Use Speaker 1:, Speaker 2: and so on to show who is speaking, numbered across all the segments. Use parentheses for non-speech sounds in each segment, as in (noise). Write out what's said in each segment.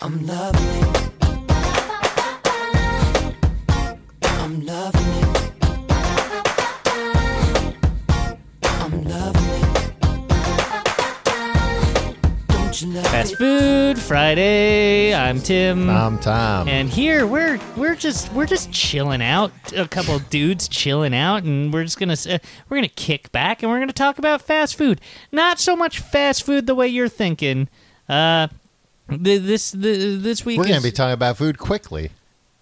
Speaker 1: I'm loving it. I'm loving it. I'm loving it. Don't you love
Speaker 2: Fast Food Friday. I'm Tim.
Speaker 3: I'm
Speaker 2: Mm-hmm.
Speaker 3: Tom.
Speaker 2: and here we're we're just we're just chilling out, a couple of dudes chilling out, and we're just gonna s- uh, we're gonna kick back and we're gonna talk about fast food. Not so much fast food the way you're thinking. Uh, th- this th- this week
Speaker 3: We're going
Speaker 2: is-
Speaker 3: to be talking about food quickly.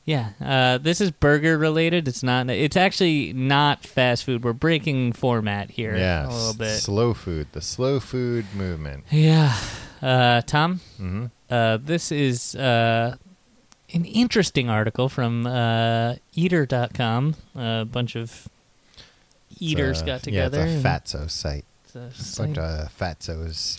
Speaker 2: yeah. Uh, this is burger related. It's not. It's actually not fast food. We're breaking format here
Speaker 3: Yeah,
Speaker 2: a little
Speaker 3: s-
Speaker 2: bit.
Speaker 3: Slow food, the slow food movement.
Speaker 2: Yeah. Uh, Tom,
Speaker 3: Mm-hmm.
Speaker 2: uh, this is uh, an interesting article from uh, eater.com. A bunch of
Speaker 3: It's
Speaker 2: eaters
Speaker 3: a-
Speaker 2: got together.
Speaker 3: Uh, Yeah, it's
Speaker 2: and-
Speaker 3: a fatso site.
Speaker 2: it's a
Speaker 3: It's
Speaker 2: site.
Speaker 3: like a fatzos.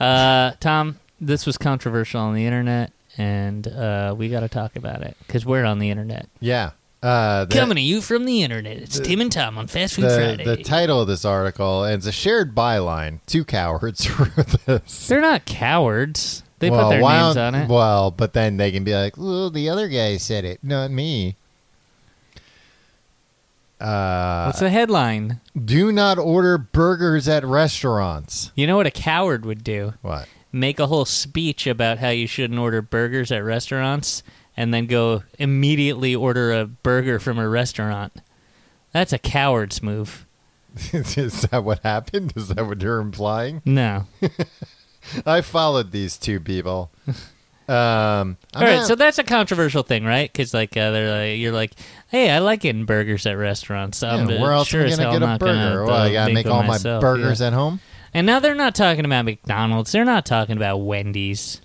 Speaker 2: Uh, Tom, this was controversial on the internet, and uh, we got to talk about it because we're on the internet.
Speaker 3: Yeah. Uh, the,
Speaker 2: Coming to you from the internet, it's Tim and Tom on Fast Food
Speaker 3: the,
Speaker 2: Friday.
Speaker 3: the title of this article, and it's a shared byline. Two cowards (laughs) wrote this.
Speaker 2: They're not cowards. They
Speaker 3: well,
Speaker 2: put their
Speaker 3: why
Speaker 2: names
Speaker 3: don't-
Speaker 2: on it.
Speaker 3: Well, but then they can be like, well, the other guy said it, not me. Uh,
Speaker 2: What's the headline?
Speaker 3: do not order burgers at restaurants.
Speaker 2: You know what a coward would do?
Speaker 3: What?
Speaker 2: make a whole speech about how you shouldn't order burgers at restaurants and then go immediately order a burger from a restaurant. That's a coward's move.
Speaker 3: (laughs) Is that what happened? Is that what you're implying? (laughs)
Speaker 2: No.
Speaker 3: I followed these two people. Um,
Speaker 2: All right, so that's a controversial thing, right? Because like uh, they're like, you're like, hey, I like getting burgers at restaurants. So I'm
Speaker 3: where else
Speaker 2: sure
Speaker 3: am I
Speaker 2: as
Speaker 3: gonna
Speaker 2: hell
Speaker 3: get a
Speaker 2: not
Speaker 3: burger?
Speaker 2: Gonna,
Speaker 3: Well, I
Speaker 2: uh,
Speaker 3: gotta make
Speaker 2: them
Speaker 3: all my
Speaker 2: myself,
Speaker 3: burgers
Speaker 2: yeah.
Speaker 3: at home.
Speaker 2: And now they're not talking about McDonald's. They're not talking about Wendy's.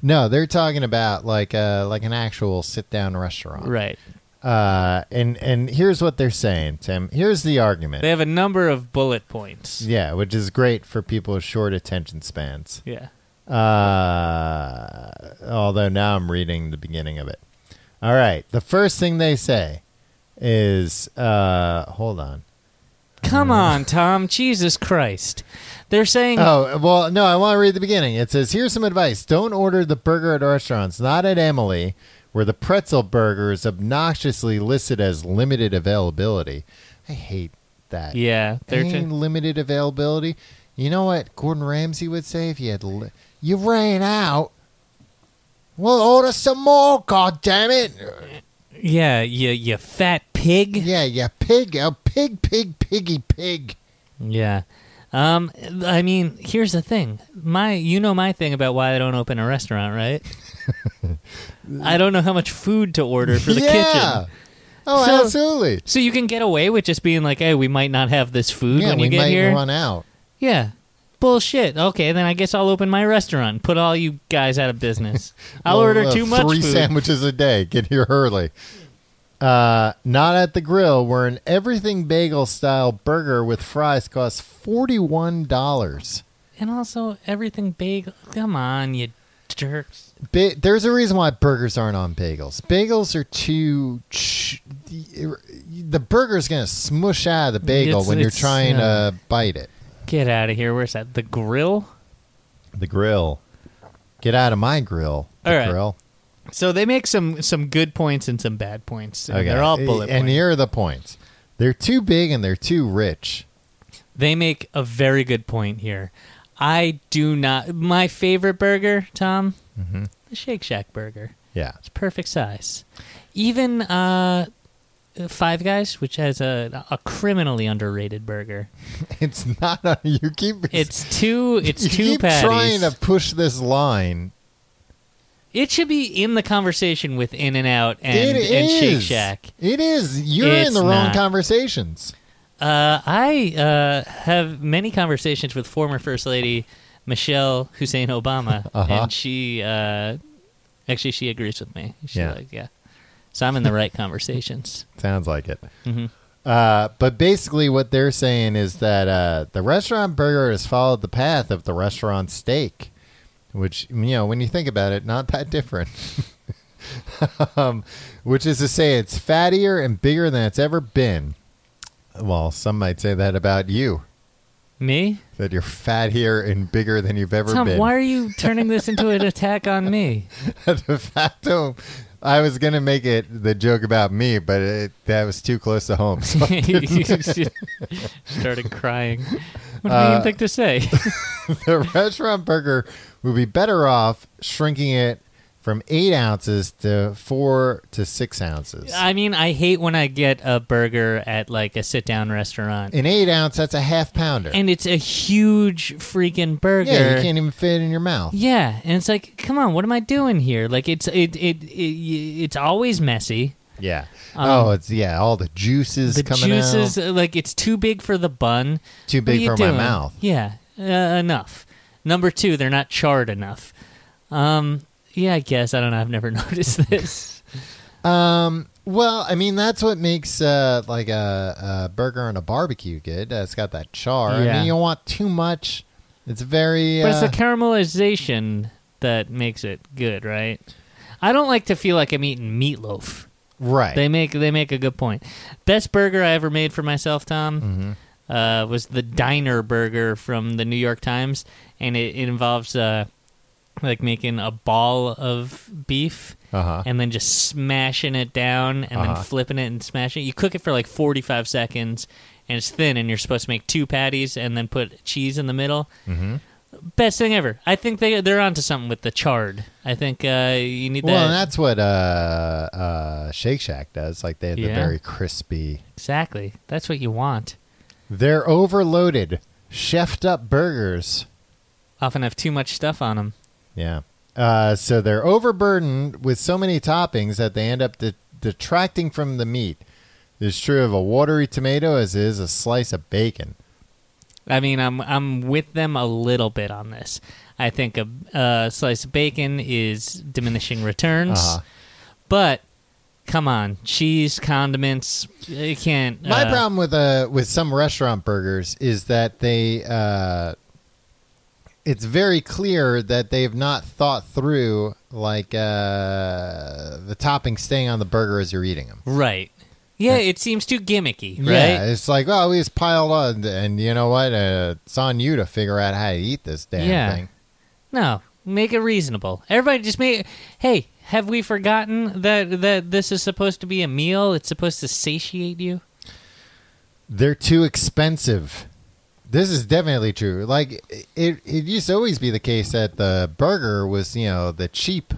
Speaker 3: No, they're talking about like uh, like an actual sit down restaurant,
Speaker 2: Right.
Speaker 3: Uh, and and here's what they're saying, Tim. Here's the argument.
Speaker 2: They have a number of bullet points.
Speaker 3: yeah, which is great for people with short attention spans.
Speaker 2: Yeah.
Speaker 3: Uh, although now I'm reading the beginning of it. All right, the first thing they say is, uh, hold on.
Speaker 2: Come on, Tom. Jesus Christ. They're saying
Speaker 3: Oh, well, no, I want to read the beginning. It says, Here's some advice. Don't order the burger at restaurants, not at Emily, where the pretzel burger is obnoxiously listed as limited availability. I hate that.
Speaker 2: Yeah, they're
Speaker 3: Ain't
Speaker 2: tr-
Speaker 3: limited availability. You know what Gordon Ramsay would say if you had. Li- you ran out. We'll order some more, God damn it!
Speaker 2: (laughs) yeah, you you fat pig.
Speaker 3: Yeah, yeah, pig, oh, pig, pig, piggy, pig.
Speaker 2: Yeah. Um, I mean, here's the thing. My, you know my thing about why I don't open a restaurant,
Speaker 3: (laughs)
Speaker 2: right? I don't know how much food to order for the
Speaker 3: yeah.
Speaker 2: kitchen.
Speaker 3: Oh,
Speaker 2: So-
Speaker 3: absolutely.
Speaker 2: So you can get away with just being like, "Hey, we might not have this food
Speaker 3: Yeah,
Speaker 2: when you
Speaker 3: we
Speaker 2: get
Speaker 3: might
Speaker 2: here."
Speaker 3: run out.
Speaker 2: Yeah. Bullshit. Okay, then I guess I'll open my restaurant and put all you guys out of
Speaker 3: (laughs)
Speaker 2: business. I'll
Speaker 3: Well,
Speaker 2: order
Speaker 3: uh,
Speaker 2: too much
Speaker 3: Three
Speaker 2: food.
Speaker 3: sandwiches a day. Get here early. Uh, not at the grill, where an everything bagel style burger with fries costs forty one dollars.
Speaker 2: and also everything bagel. Come on, you jerks.
Speaker 3: Ba- There's a reason why burgers aren't on bagels. Bagels are too. Ch- the burger's gonna smush out of the bagel
Speaker 2: It's-
Speaker 3: when you're
Speaker 2: it's,
Speaker 3: trying
Speaker 2: yeah.
Speaker 3: to bite it.
Speaker 2: Get out of here. Where's that? The grill?
Speaker 3: The grill. Get out of my grill. The
Speaker 2: All right.
Speaker 3: grill.
Speaker 2: So they make some some good points and some bad points. and They're all bullet
Speaker 3: And
Speaker 2: points.
Speaker 3: here are the points. They're too big and they're too rich.
Speaker 2: They make a very good point here. I do not. My favorite burger, Tom,
Speaker 3: Mm-hmm.
Speaker 2: the Shake Shack burger.
Speaker 3: Yeah.
Speaker 2: It's perfect size. Even uh, Five Guys, which has a a criminally underrated burger.
Speaker 3: (laughs) It's not a, you keep (laughs)
Speaker 2: It's two. It's
Speaker 3: you
Speaker 2: two
Speaker 3: keep
Speaker 2: patties.
Speaker 3: trying to push this line.
Speaker 2: It should be in the conversation with In and Out and,
Speaker 3: It
Speaker 2: and Shake
Speaker 3: is.
Speaker 2: Shack.
Speaker 3: It is. You're
Speaker 2: It's
Speaker 3: in the wrong
Speaker 2: not.
Speaker 3: conversations.
Speaker 2: Uh, I uh, have many conversations with former First Lady Michelle Hussein Obama,
Speaker 3: (laughs) Uh-huh.
Speaker 2: and she uh, actually she agrees with me. She's
Speaker 3: Yeah.
Speaker 2: like, yeah. So I'm in the right conversations.
Speaker 3: Sounds like it.
Speaker 2: Mhm.
Speaker 3: Uh, but basically, what they're saying is that uh, the restaurant burger has followed the path of the restaurant steak, which you know, when you think about it, not that different. (laughs) um, which is to say, it's fattier and bigger than it's ever been. Well, some might say that about you.
Speaker 2: Me?
Speaker 3: That you're fattier and bigger than you've ever
Speaker 2: Tom,
Speaker 3: been.
Speaker 2: why are you turning this into an attack on
Speaker 3: (laughs)
Speaker 2: me? (laughs)
Speaker 3: de facto, oh, I was gonna make it the joke about me, but it, that was too close to home. So
Speaker 2: You just started crying. What do you
Speaker 3: Uh,
Speaker 2: even think to say? (laughs)
Speaker 3: (laughs) the restaurant burger would be better off shrinking it from eight ounces to four to six ounces.
Speaker 2: I mean, I hate when I get a burger at like a sit down restaurant.
Speaker 3: An eight ounce, that's a half pounder.
Speaker 2: and it's a huge freaking burger.
Speaker 3: yeah, you can't even fit it in your mouth.
Speaker 2: Yeah, and it's like, come on, what am I doing here? Like, it's it it, it, it's always messy.
Speaker 3: Yeah.
Speaker 2: Um,
Speaker 3: oh, it's yeah, all the juices
Speaker 2: The
Speaker 3: coming
Speaker 2: juices,
Speaker 3: out.
Speaker 2: uh, like, it's too big for the bun.
Speaker 3: Too
Speaker 2: What are
Speaker 3: big
Speaker 2: you
Speaker 3: for
Speaker 2: doing?
Speaker 3: my mouth.
Speaker 2: Yeah, uh, enough. Number two, they're not charred enough. Um, yeah, I guess I don't know. I've never (laughs) noticed this.
Speaker 3: Um, well, I mean that's what makes uh, like a, a burger and a barbecue good. Uh, it's got that char. I
Speaker 2: Yeah.
Speaker 3: mean, you don't want too much. It's very.
Speaker 2: But it's
Speaker 3: uh,
Speaker 2: the caramelization that makes it good, right? I don't like to feel like I'm eating meatloaf.
Speaker 3: right.
Speaker 2: They make they make a good point. Best burger I ever made for myself, Tom,
Speaker 3: Mm-hmm.
Speaker 2: uh, was the diner burger from the New York Times, and it, it involves uh, like making a ball of beef
Speaker 3: uh-huh.
Speaker 2: and then just smashing it down and
Speaker 3: Uh-huh.
Speaker 2: then flipping it and smashing it. You cook it for like forty five seconds, and it's thin, and you're supposed to make two patties and then put cheese in the middle.
Speaker 3: Mhm.
Speaker 2: Best thing ever. I think they they're onto something with the chard. I think uh, you need
Speaker 3: Well, and
Speaker 2: that
Speaker 3: that's what uh, uh, Shake Shack does. Like they have the
Speaker 2: Yeah.
Speaker 3: very crispy.
Speaker 2: exactly. That's what you want.
Speaker 3: They're overloaded, chefed up burgers.
Speaker 2: often have too much stuff on them.
Speaker 3: Yeah. Uh, so they're overburdened with so many toppings that they end up de- detracting from the meat. It's true of a watery tomato as it is a slice of bacon.
Speaker 2: I mean, I'm I'm with them a little bit on this. I think a, a slice of bacon is diminishing returns,
Speaker 3: Uh-huh.
Speaker 2: but come on, cheese, condiments, you can't.
Speaker 3: My
Speaker 2: uh,
Speaker 3: problem with uh with some restaurant burgers is that they uh, it's very clear that they've not thought through like uh, the toppings staying on the burger as you're eating them.
Speaker 2: right? Yeah, it seems too gimmicky, right?
Speaker 3: Yeah, it's like oh, we just piled on, and you know what? Uh, it's on you to figure out how to eat this damn
Speaker 2: Yeah.
Speaker 3: thing.
Speaker 2: No, make it reasonable. Everybody just make. Hey, have we forgotten that that this is supposed to be a meal? It's supposed to satiate you.
Speaker 3: They're too expensive. This is definitely true. Like it, it used to always be the case that the burger was, you know, the cheap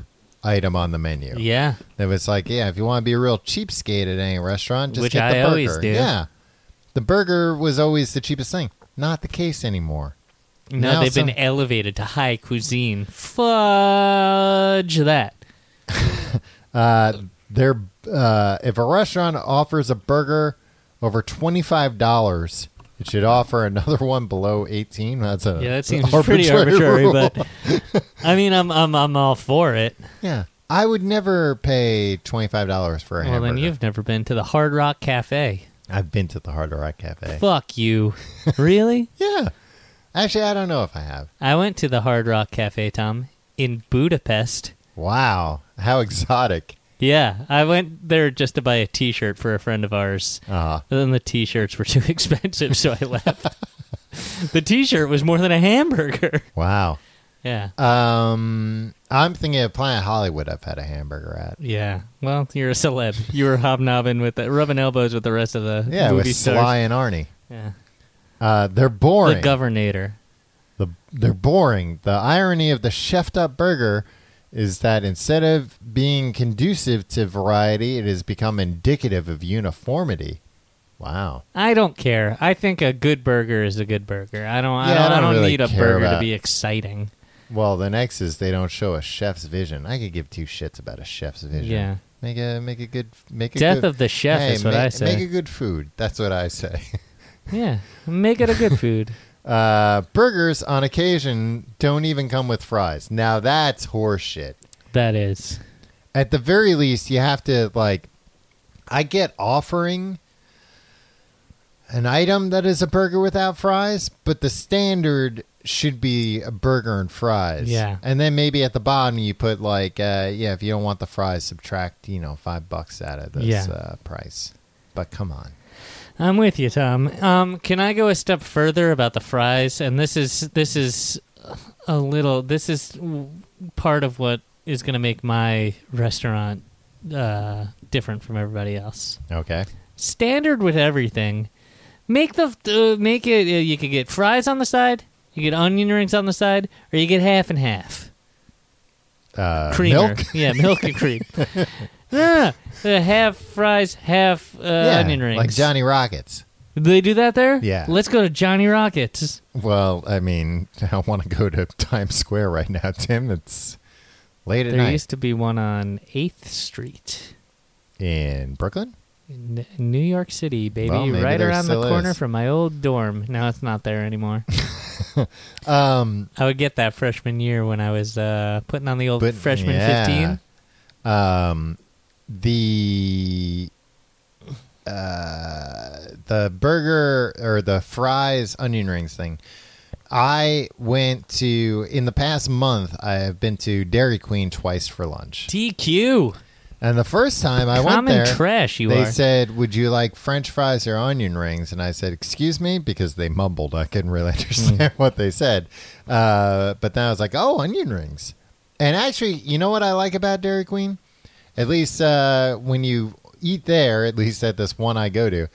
Speaker 3: item on the menu.
Speaker 2: Yeah,
Speaker 3: It was like, yeah, if you want to be a real cheapskate at any restaurant, just
Speaker 2: Which
Speaker 3: get the
Speaker 2: I
Speaker 3: burger.
Speaker 2: always do.
Speaker 3: Yeah, the burger was always the cheapest thing. Not the case anymore.
Speaker 2: No,
Speaker 3: Now
Speaker 2: they've
Speaker 3: some-
Speaker 2: been elevated to high cuisine. Fudge that.
Speaker 3: They're, uh, if a restaurant offers a burger over twenty five dollars, it should offer another one below eighteen. That's a
Speaker 2: Yeah, that seems
Speaker 3: arbitrary
Speaker 2: pretty arbitrary,
Speaker 3: (laughs) rule.
Speaker 2: but I mean, I'm I'm I'm all for it.
Speaker 3: yeah, I would never pay twenty five dollars for a
Speaker 2: Well,
Speaker 3: hamburger.
Speaker 2: then you've never been to the Hard Rock Cafe.
Speaker 3: I've been to the Hard Rock Cafe.
Speaker 2: Fuck you. (laughs) really?
Speaker 3: yeah, actually, I don't know if I have.
Speaker 2: I went to the Hard Rock Cafe, Tom, in Budapest.
Speaker 3: Wow, how exotic!
Speaker 2: Yeah, I went there just to buy a T-shirt for a friend of ours.
Speaker 3: Uh,
Speaker 2: But then the T-shirts were (laughs) too expensive, so I left. (laughs) the T-shirt was more than a hamburger. (laughs)
Speaker 3: wow.
Speaker 2: Yeah.
Speaker 3: Um, I'm thinking of Planet Hollywood. I've had a hamburger at.
Speaker 2: Yeah. Well, you're a celeb. You were hobnobbing with the, rubbing elbows with the rest of the
Speaker 3: Yeah,
Speaker 2: movie
Speaker 3: with
Speaker 2: stars.
Speaker 3: Sly and Arnie.
Speaker 2: Yeah.
Speaker 3: Uh, they're
Speaker 2: The
Speaker 3: boring.
Speaker 2: governor.
Speaker 3: The- they're boring. The irony of the chefed up burger is that instead of being conducive to variety, it has become indicative of uniformity. Wow.
Speaker 2: I don't care. I think a good burger is a good burger. I don't.
Speaker 3: Yeah,
Speaker 2: I don't, I don't
Speaker 3: really
Speaker 2: need a
Speaker 3: care
Speaker 2: burger
Speaker 3: about-
Speaker 2: to be exciting.
Speaker 3: Well, the next is they don't show a chef's vision. I could give two shits about a chef's vision.
Speaker 2: Yeah.
Speaker 3: Make a make a good make a
Speaker 2: Death
Speaker 3: good,
Speaker 2: of the chef
Speaker 3: Hey,
Speaker 2: is what
Speaker 3: make-
Speaker 2: I say.
Speaker 3: Make a good food. That's what I say. (laughs)
Speaker 2: yeah. Make it a good food.
Speaker 3: Uh, burgers on occasion don't even come with fries. Now that's horseshit.
Speaker 2: that is.
Speaker 3: At the very least, you have to like. I get offering an item that is a burger without fries, but the standard should be a burger and fries.
Speaker 2: Yeah.
Speaker 3: and then maybe at the bottom you put like, uh, yeah, if you don't want the fries, subtract you know five bucks out of this
Speaker 2: Yeah.
Speaker 3: uh, price. But come on,
Speaker 2: I'm with you, Tom. Um, can I go a step further about the fries? And this is this is a little. This is part of what is going to make my restaurant uh, different from everybody else.
Speaker 3: Okay.
Speaker 2: Standard with everything. Make the uh, make it. Uh, you could get fries on the side. You get onion rings on the side, or you get half and half
Speaker 3: Uh,
Speaker 2: creamer.
Speaker 3: Milk.
Speaker 2: Yeah, milk and
Speaker 3: (laughs)
Speaker 2: cream. no, no, no. Uh, half fries, half uh,
Speaker 3: Yeah,
Speaker 2: onion rings.
Speaker 3: Like Johnny Rockets.
Speaker 2: Do they do that there?
Speaker 3: Yeah.
Speaker 2: Let's go to Johnny Rockets.
Speaker 3: Well, I mean, (laughs) I want to go to Times Square right now, Tim. It's late at
Speaker 2: there
Speaker 3: night
Speaker 2: used to be one on 8th Street
Speaker 3: in Brooklyn.
Speaker 2: in N- New York City, baby,
Speaker 3: Well, maybe
Speaker 2: right
Speaker 3: there
Speaker 2: around the
Speaker 3: still
Speaker 2: corner
Speaker 3: is.
Speaker 2: from my old dorm. No, it's not there
Speaker 3: (laughs)
Speaker 2: anymore.
Speaker 3: Um,
Speaker 2: I would get that freshman year when I was uh, putting on the old
Speaker 3: but
Speaker 2: freshman
Speaker 3: yeah.
Speaker 2: 15.
Speaker 3: Um, the uh, the burger or the fries onion rings thing. I went to in the past month. I have been to Dairy Queen twice for lunch,
Speaker 2: DQ.
Speaker 3: and the first time I
Speaker 2: Common
Speaker 3: went there,
Speaker 2: trash you
Speaker 3: they
Speaker 2: are.
Speaker 3: said, "Would you like French fries or onion rings?" And I said, "Excuse me," because they mumbled. I couldn't really (laughs) understand what they said. Uh, but then I was like, "Oh, onion rings." And actually, you know what I like about Dairy Queen? At least uh, when you eat there, at least at this one I go to,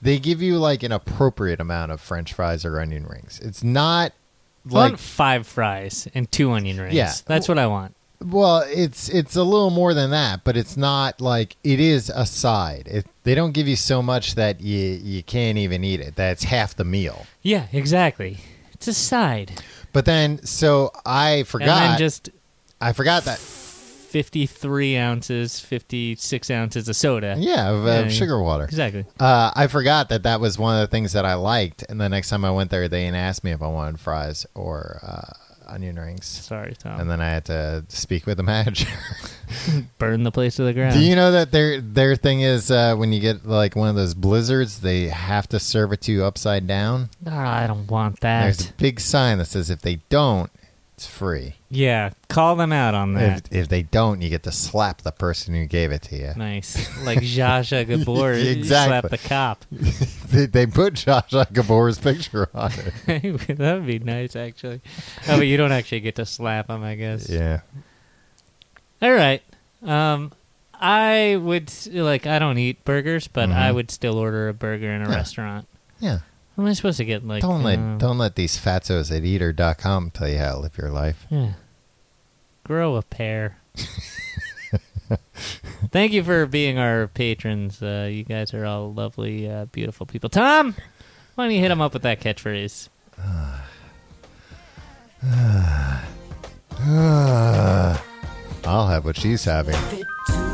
Speaker 3: they give you like an appropriate amount of French fries or onion rings. It's not
Speaker 2: I want
Speaker 3: like
Speaker 2: five fries and two onion rings.
Speaker 3: Yeah.
Speaker 2: That's what I want.
Speaker 3: Well, it's it's a little more than that, but it's not like it is a side. It, they don't give you so much that you you can't even eat it. That's half the meal.
Speaker 2: Yeah, exactly. It's a side.
Speaker 3: But then, so I
Speaker 2: And
Speaker 3: forgot.
Speaker 2: then just
Speaker 3: I forgot that.
Speaker 2: 53 ounces, 56 ounces of soda.
Speaker 3: Yeah, of,
Speaker 2: Yeah,
Speaker 3: of sugar water.
Speaker 2: Exactly.
Speaker 3: Uh, I forgot that that was one of the things that I liked. And the next time I went there, they didn't ask me if I wanted fries or uh, onion rings.
Speaker 2: Sorry, Tom.
Speaker 3: And then I had to speak with the (laughs) manager.
Speaker 2: Burn the place to the ground.
Speaker 3: Do you know that their their thing is uh, when you get like one of those blizzards, they have to serve it to you upside down.
Speaker 2: Ah, I don't want
Speaker 3: There's
Speaker 2: that.
Speaker 3: a big sign that says if they don't, it's free.
Speaker 2: Yeah, call them out on that.
Speaker 3: If, if they don't, you get to slap the person who gave it to you.
Speaker 2: nice.
Speaker 3: (laughs)
Speaker 2: Like Jaja Gabor slapped
Speaker 3: Exactly.
Speaker 2: the cop. (laughs)
Speaker 3: They, they put Joshua Gabor's picture on it.
Speaker 2: that would be nice, actually. Oh, but you don't actually get to slap him, I guess.
Speaker 3: yeah.
Speaker 2: All right. Um, I would, s- like, I don't eat burgers, but
Speaker 3: Mhm.
Speaker 2: I would still order a burger in a
Speaker 3: Yeah.
Speaker 2: restaurant.
Speaker 3: Yeah.
Speaker 2: What am I supposed to get, like...
Speaker 3: Don't
Speaker 2: uh,
Speaker 3: let don't let these fatzos at eater.com tell you how to live your life.
Speaker 2: Yeah. Grow a pair. (laughs) Thank you for being our patrons. Uh, you guys are all lovely, uh, beautiful people. Tom, why don't you hit him up with that catchphrase?
Speaker 3: I'll have what she's having.
Speaker 1: Fit to